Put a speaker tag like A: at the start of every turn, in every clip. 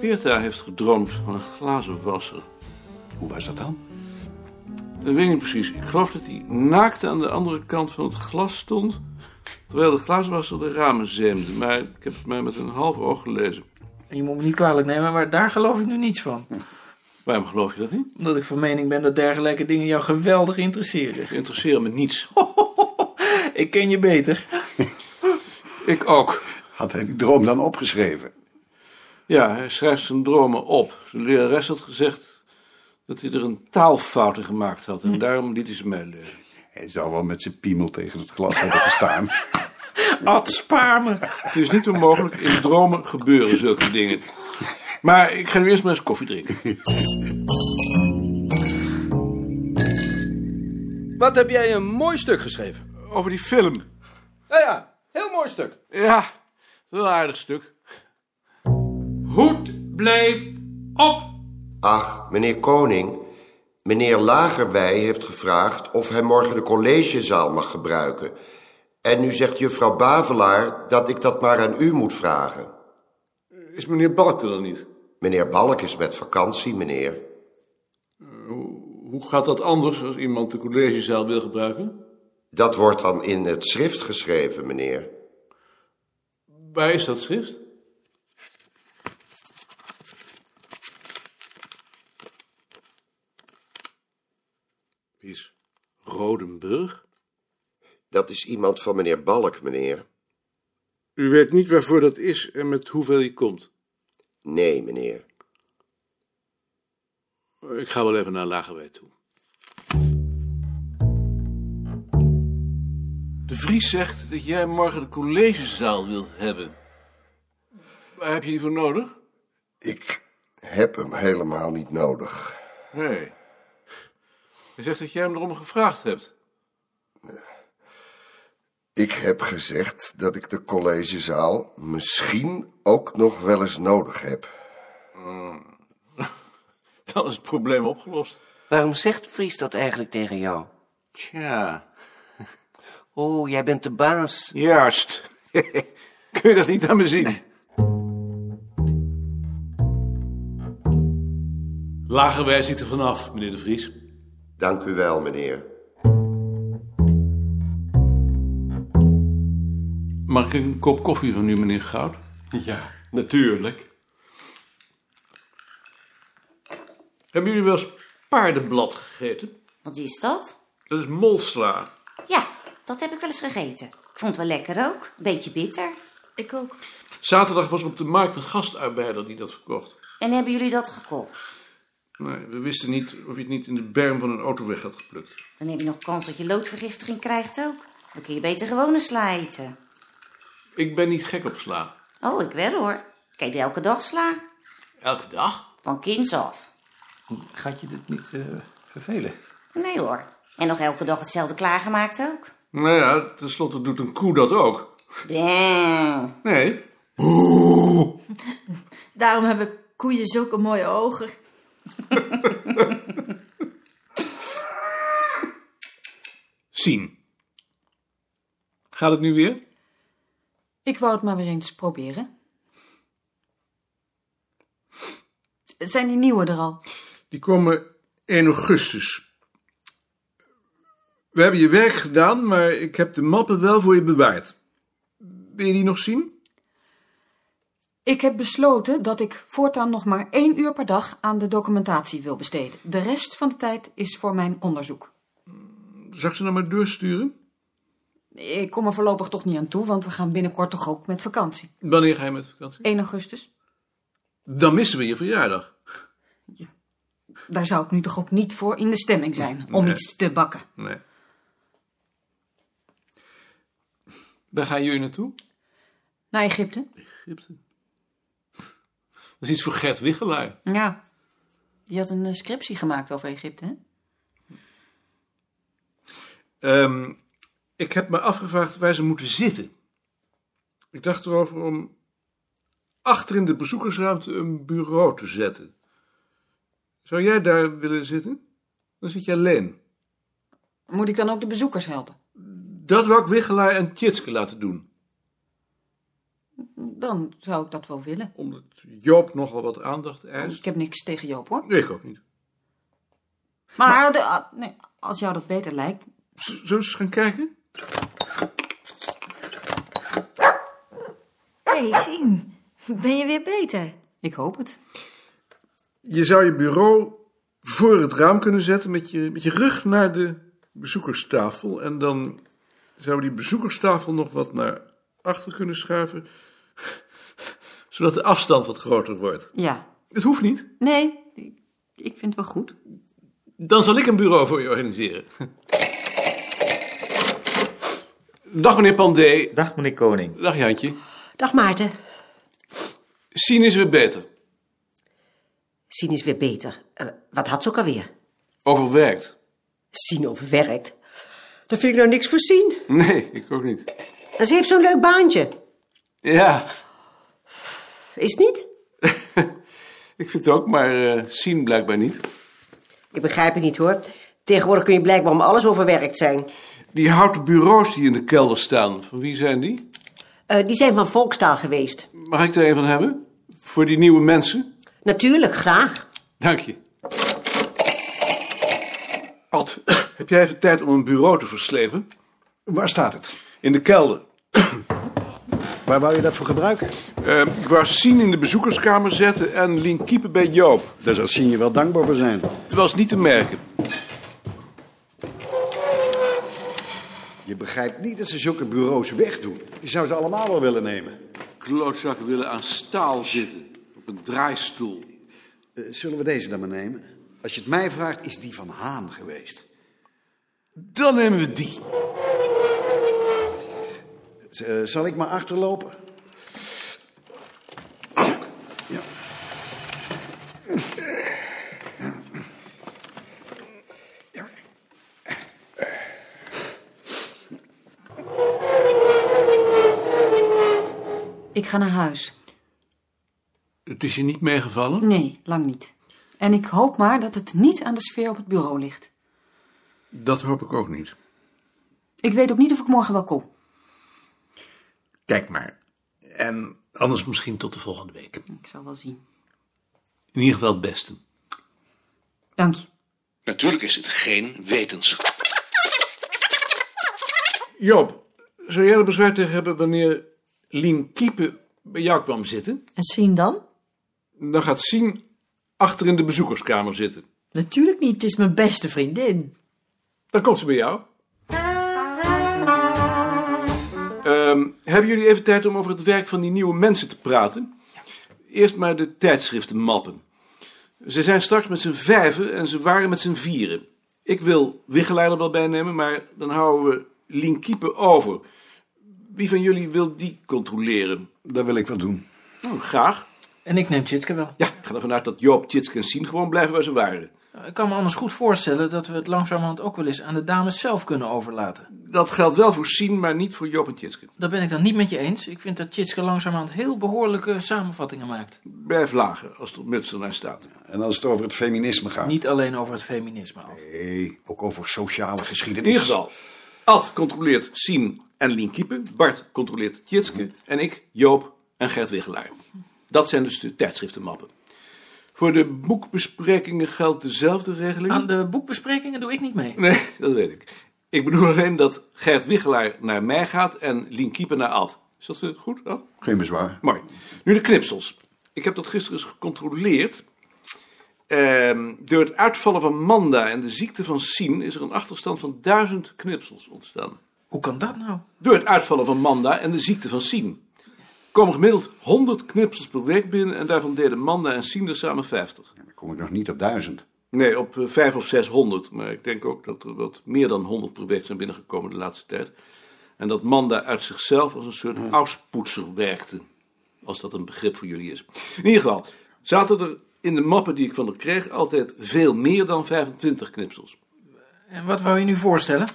A: Geerta heeft gedroomd van een glazen wasser.
B: Hoe was dat dan?
A: Dat weet ik niet precies. Ik geloof dat hij naakt aan de andere kant van het glas stond... terwijl de glazenwasser de ramen zeemde. Maar ik heb het mij met een half oog gelezen.
C: Je moet me niet kwalijk nemen, maar daar geloof ik nu niets van.
A: Waarom geloof je dat niet?
C: Omdat ik van mening ben dat dergelijke dingen jou geweldig interesseren.
A: Ik interesseer me niets.
C: Ik ken je beter.
A: Ik ook.
B: Had hij die droom dan opgeschreven?
A: Ja, hij schrijft zijn dromen op. Zijn lerares had gezegd dat hij er een taalfout in gemaakt had. En daarom liet hij ze mij lezen.
B: Hij zou wel met zijn piemel tegen het glas hebben gestaan.
C: Ad, spaar me.
A: Het is niet onmogelijk. In dromen gebeuren zulke dingen. Maar ik ga nu eerst maar eens koffie drinken.
D: Wat heb jij een mooi stuk geschreven?
A: Over die film.
D: Nou ja, heel mooi stuk.
A: Ja, wel een aardig stuk.
D: Hoed blijft op.
E: Ach, meneer Koning. Meneer Lagerwij heeft gevraagd of hij morgen de collegezaal mag gebruiken. En nu zegt juffrouw Bavelaar dat ik dat maar aan u moet vragen.
A: Is meneer Balk er dan niet?
E: Meneer Balk is met vakantie, meneer.
A: Hoe gaat dat anders als iemand de collegezaal wil gebruiken?
E: Dat wordt dan in het schrift geschreven, meneer.
A: Waar is dat schrift? Wie is Rodenburg?
E: Dat is iemand van meneer Balk, meneer.
A: U weet niet waarvoor dat is en met hoeveel hij komt.
E: Nee, meneer.
A: Ik ga wel even naar Lagerwij toe. De Vries zegt dat jij morgen de collegezaal wilt hebben. Waar heb je die voor nodig?
F: Ik heb hem helemaal niet nodig.
A: Nee. Hij zegt dat jij hem erom gevraagd hebt.
F: Ik heb gezegd dat ik de collegezaal misschien ook nog wel eens nodig heb.
A: Dan is het probleem opgelost.
G: Waarom zegt de Vries dat eigenlijk tegen jou?
A: Tja.
G: Oh, jij bent de baas.
A: Juist. Kun je dat niet aan me zien? Lagerwij ziet er vanaf, meneer de Vries.
E: Dank u wel, meneer.
A: Mag ik een kop koffie van u, meneer Goud?
H: Ja, natuurlijk.
A: Hebben jullie wel eens paardenblad gegeten?
I: Wat is dat?
A: Dat is molsla.
I: Ja, dat heb ik wel eens gegeten. Ik vond het wel lekker ook. Beetje bitter. Ik ook.
A: Zaterdag was op de markt een gastarbeider die dat verkocht.
I: En hebben jullie dat gekocht?
A: Nee, we wisten niet of je het niet in de berm van een autoweg had geplukt.
I: Dan heb je nog kans dat je loodvergiftiging krijgt ook. Dan kun je beter gewoon een sla eten.
A: Ik ben niet gek op sla.
I: Oh, ik wel hoor. Ik eet elke dag sla.
A: Elke dag?
I: Van kinds af.
C: Gaat je dit niet eh, vervelen?
I: Nee hoor. En nog elke dag hetzelfde klaargemaakt ook.
A: Nou ja, tenslotte doet een koe dat ook.
I: Bleh.
A: Nee,
J: Daarom hebben koeien zulke mooie ogen.
A: zien. Gaat het nu weer?
J: Ik wou het maar weer eens proberen. Zijn die nieuwe er al?
A: Die komen 1 augustus. We hebben je werk gedaan, maar ik heb de mappen wel voor je bewaard. Wil je die nog zien?
J: Ik heb besloten dat ik voortaan nog maar één uur per dag aan de documentatie wil besteden. De rest van de tijd is voor mijn onderzoek.
A: Zag ze nou maar doorsturen?
J: Ik kom er voorlopig toch niet aan toe, want we gaan binnenkort toch ook met vakantie.
A: Wanneer ga je met vakantie?
J: 1 augustus.
A: Dan missen we je verjaardag.
J: Daar zou ik nu toch ook niet voor in de stemming zijn om
A: Nee.
J: iets te bakken.
A: Nee. Waar gaan jullie naartoe?
J: Naar Egypte?
A: Egypte. Dat is iets voor Gert Wichelaar.
J: Ja. Die had een eh, scriptie gemaakt over Egypte, hè?
A: Ehm, ik heb me afgevraagd waar ze moeten zitten. Ik dacht erover om achter in de bezoekersruimte een bureau te zetten. Zou jij daar willen zitten? Dan zit je alleen.
J: Moet ik dan ook de bezoekers helpen?
A: Dat wou ik Wichelaar en Tjitske laten doen.
J: Dan zou ik dat wel willen.
A: Omdat Joop nogal wat aandacht eist.
J: Ik heb niks tegen Joop hoor.
A: Nee, Oh. ik ook niet.
J: Maar, de- ah, nee, als jou dat beter lijkt.
A: Z- Zullen we eens gaan kijken?
K: Hé, hey, Sien. Ben je weer beter?
J: Ik hoop het.
A: Je zou je bureau voor het raam kunnen zetten met je, met je rug naar de bezoekerstafel. En dan zou we die bezoekerstafel nog wat naar achter kunnen schuiven. Zodat de afstand wat groter wordt.
J: Ja.
A: Het hoeft niet.
J: Nee, ik- ik vind het wel goed.
A: Dan zal ik een bureau voor je organiseren. Dag meneer Pandé.
L: Dag meneer Koning.
A: Dag Jantje.
M: Dag Maarten.
A: Sien is weer beter.
M: Sien is weer beter. Eh, wat had ze ook alweer?
A: Overwerkt.
M: Sien overwerkt. Daar vind ik nou niks voor Sien.
A: Nee, ik ook niet.
M: En Ze heeft zo'n leuk baantje.
A: Ja,
M: Is het niet?
A: ik vind het ook, maar eh, Sien blijkbaar niet.
M: Ik begrijp het niet hoor. Tegenwoordig kun je blijkbaar om alles overwerkt zijn.
A: Die houten bureaus die in de kelder staan, van wie zijn die?
M: Eh, die zijn van volkstaal geweest.
A: Mag ik er een van hebben? Voor die nieuwe mensen?
M: Natuurlijk, graag.
A: Dank je. Ad, heb jij even tijd om een bureau te verslepen?
B: Waar staat het?
A: In de kelder.
B: Waar wou je dat voor gebruiken?
A: Eh, ik wou Sien in de bezoekerskamer zetten en Lien kiepen bij Joop.
B: Daar zal Sien je wel dankbaar voor zijn.
A: Het was niet te merken.
B: Je begrijpt niet dat ze zulke bureaus wegdoen. Je zou ze allemaal wel willen nemen.
A: Klootzakken willen aan staal zitten. Op een draaistoel.
B: Eh, zullen we deze dan maar nemen? Als je het mij vraagt, is die van Haan geweest.
A: Dan nemen we die.
B: Z- eh, zal ik maar achterlopen? Ja.
J: Ik ga naar huis.
A: Het is je niet meegevallen?
J: Nee, lang niet. En ik hoop maar dat het niet aan de sfeer op het bureau ligt.
A: Dat hoop ik ook niet.
J: Ik weet ook niet of ik morgen wel kom.
A: Kijk maar. En anders misschien tot de volgende week.
J: Ik zal wel zien.
A: In ieder geval het beste.
J: Dank je.
A: Natuurlijk is het geen wetenschap. Joop, zou jij er bezwaar tegen hebben wanneer Lien Kiepen bij jou kwam zitten?
N: En Sien dan?
A: Dan gaat Sien achter in de bezoekerskamer zitten.
N: Natuurlijk niet, het is mijn beste vriendin.
A: Dan komt ze bij jou. Ehm, hebben jullie even tijd om over het werk van die nieuwe mensen te praten? Eerst maar de tijdschriften mappen. Ze zijn straks met z'n vijven en ze waren met z'n vieren. Ik wil Wiggelaar er wel bij nemen, maar dan houden we Lien Kiepen over. Wie van jullie wil die controleren?
B: Dat wil ik wel doen.
A: Nou, graag.
C: En ik neem Tjitske wel.
A: Ja, ik ga ervan uit dat Joop, Tjitske en Sien gewoon blijven waar ze waren.
C: Ik kan me anders goed voorstellen dat we het langzamerhand ook wel eens aan de dames zelf kunnen overlaten.
A: Dat geldt wel voor Sien, maar niet voor Joop en Tjitske.
C: Daar ben ik dan niet met je eens. Ik vind dat Tjitske langzamerhand heel behoorlijke samenvattingen maakt.
A: Blijf lager als de muts ernaar staat.
B: En als het over het feminisme gaat?
C: Niet alleen over het feminisme. Ad.
B: Nee, ook over sociale
A: In
B: geschiedenis.
A: ieder geval, Ad controleert Sien en Lien Kiepen. Bart controleert Tjitske. En ik, Joop en Gert Wiggelaar. Dat zijn dus de tijdschriftenmappen. Voor de boekbesprekingen geldt dezelfde regeling.
C: Aan de boekbesprekingen doe ik niet mee.
A: Nee, dat weet ik. Ik bedoel alleen dat Gert Wiggelaar naar mij gaat en Lien Kiepen naar Ad. Is dat eh, goed, Ad?
B: Geen bezwaar.
A: Mooi. Nu de knipsels. Ik heb dat gisteren eens gecontroleerd. Ehm, door het uitvallen van Manda en de ziekte van Sien is er een achterstand van duizend knipsels ontstaan.
C: Hoe kan dat nou?
A: Door het uitvallen van Manda en de ziekte van Sien. Komen gemiddeld 100 knipsels per week binnen en daarvan deden Manda en Sien er samen 50.
B: Dan kom ik nog niet op duizend.
A: Nee, op eh, 5 of 600. Maar ik denk ook dat er wat meer dan 100 per week zijn binnengekomen de laatste tijd. En dat Manda uit zichzelf als een soort auspoetser werkte. Als dat een begrip voor jullie is. In ieder geval, zaten er in de mappen die ik van haar kreeg altijd veel meer dan 25 knipsels.
C: En wat wou je nu voorstellen?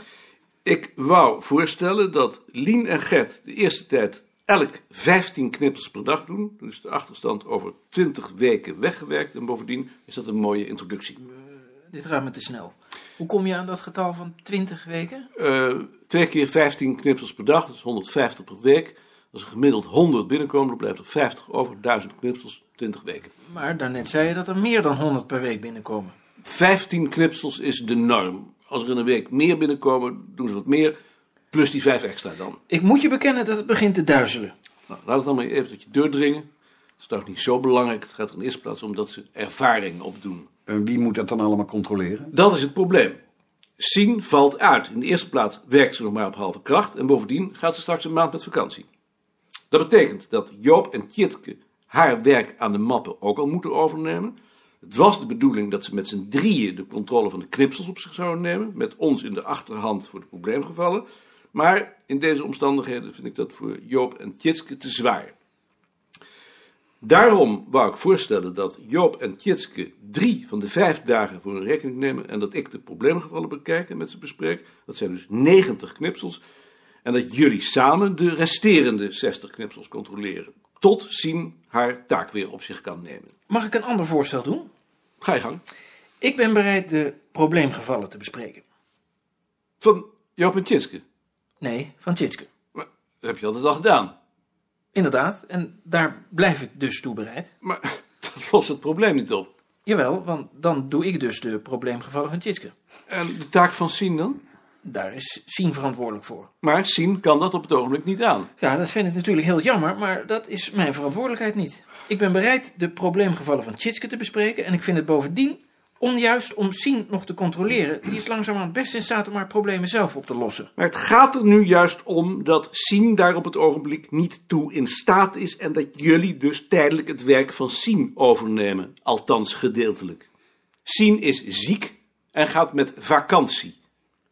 A: Ik wou voorstellen dat Lien en Gert de eerste tijd elk 15 knippels per dag doen. Dan is de achterstand over 20 weken weggewerkt. En bovendien is dat een mooie introductie.
C: Dit gaat me te snel. Hoe kom je aan dat getal van 20 weken?
A: Eh, twee keer 15 knippels per dag, dat is 150 per week. Als er gemiddeld 100 binnenkomen, dan blijft er 50 over. 1000 knipsels, 20 weken.
C: Maar daarnet zei je dat er meer dan 100 per week binnenkomen.
A: 15 knipsels is de norm. Als er in een week meer binnenkomen, doen ze wat meer. Plus die 5 extra dan.
C: Ik moet je bekennen dat het begint te duizelen.
A: Nou, laat het dan maar even tot je deur dringen. Het is trouwens niet zo belangrijk. Het gaat er in eerste plaats om dat ze ervaring opdoen.
B: En wie moet dat dan allemaal controleren?
A: Dat is het probleem. Sien valt uit. In de eerste plaats werkt ze nog maar op halve kracht. En bovendien gaat ze straks een maand met vakantie. Dat betekent dat Joop en Tjitke haar werk aan de mappen ook al moeten overnemen. Het was de bedoeling dat ze met z'n drieën de controle van de knipsels op zich zouden nemen. Met ons in de achterhand voor de probleemgevallen. Maar in deze omstandigheden vind ik dat voor Joop en Tjitske te zwaar. Daarom wou ik voorstellen dat Joop en Tjitske drie van de vijf dagen voor hun rekening nemen. En dat ik de probleemgevallen bekijk en met ze bespreek. Dat zijn dus 90 knipsels. En dat jullie samen de resterende 60 knipsels controleren. Tot Sien haar taak weer op zich kan nemen.
C: Mag ik een ander voorstel doen?
A: Ga je gang.
C: Ik ben bereid de probleemgevallen te bespreken.
A: Van Joop en Tjitske.
C: Nee, van Tjitske.
A: Maar dat heb je altijd al gedaan.
C: Inderdaad, en daar blijf ik dus toe bereid.
A: Maar dat lost het probleem niet op.
C: Jawel, want dan doe ik dus de probleemgevallen van Tjitske.
A: En de taak van Sien dan?
C: Daar is Sien verantwoordelijk voor.
A: Maar Sien kan dat op het ogenblik niet aan.
C: Ja, dat vind ik natuurlijk heel jammer, maar dat is mijn verantwoordelijkheid niet. Ik ben bereid de probleemgevallen van Tjitske te bespreken en ik vind het bovendien onjuist om Sien nog te controleren. Die is langzamerhand best in staat om haar problemen zelf op te lossen.
A: Maar het gaat er nu juist om dat Sien daar op het ogenblik niet toe in staat is en dat jullie dus tijdelijk het werk van Sien overnemen, althans gedeeltelijk. Sien is ziek en gaat met vakantie.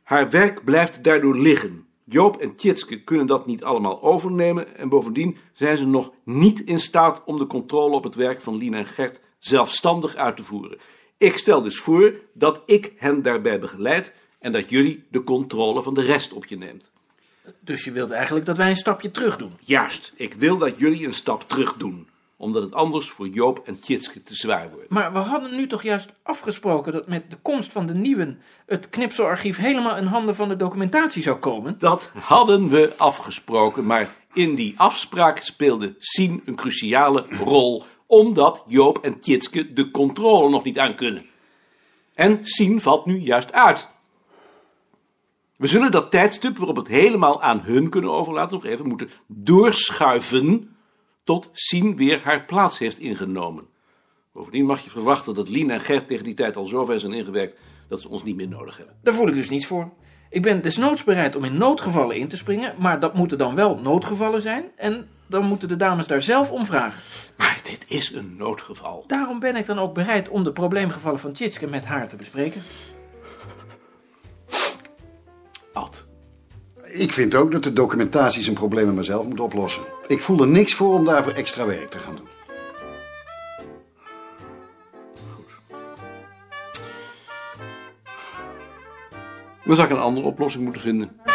A: Haar werk blijft daardoor liggen. Joop en Tjitske kunnen dat niet allemaal overnemen en bovendien zijn ze nog niet in staat om de controle op het werk van Lien en Gert zelfstandig uit te voeren. Ik stel dus voor dat ik hen daarbij begeleid en dat jullie de controle van de rest op je neemt.
C: Dus je wilt eigenlijk dat wij een stapje terug doen?
A: Juist, ik wil dat jullie een stap terug doen, omdat het anders voor Joop en Tjitske te zwaar wordt.
C: Maar we hadden nu toch juist afgesproken dat met de komst van de nieuwen het knipselarchief helemaal in handen van de documentatie zou komen?
A: Dat hadden we afgesproken, maar in die afspraak speelde Sien een cruciale rol omdat Joop en Tjitske de controle nog niet aan kunnen. En Sien valt nu juist uit. We zullen dat tijdstip waarop het helemaal aan hun kunnen overlaten nog even moeten doorschuiven tot Sien weer haar plaats heeft ingenomen. Bovendien mag je verwachten dat Lien en Gert tegen die tijd al zover zijn ingewerkt dat ze ons niet meer nodig hebben.
C: Daar voel ik dus niets voor. Ik ben desnoods bereid om in noodgevallen in te springen, maar dat moeten dan wel noodgevallen zijn en dan moeten de dames daar zelf om vragen.
A: Maar dit is een noodgeval.
C: Daarom ben ik dan ook bereid om de probleemgevallen van Tjitske met haar te bespreken.
A: Ad.
B: Ik vind ook dat de documentatie zijn problemen mezelf moet oplossen. Ik voel er niks voor om daarvoor extra werk te gaan doen.
A: Goed. Dan zou ik een andere oplossing moeten vinden.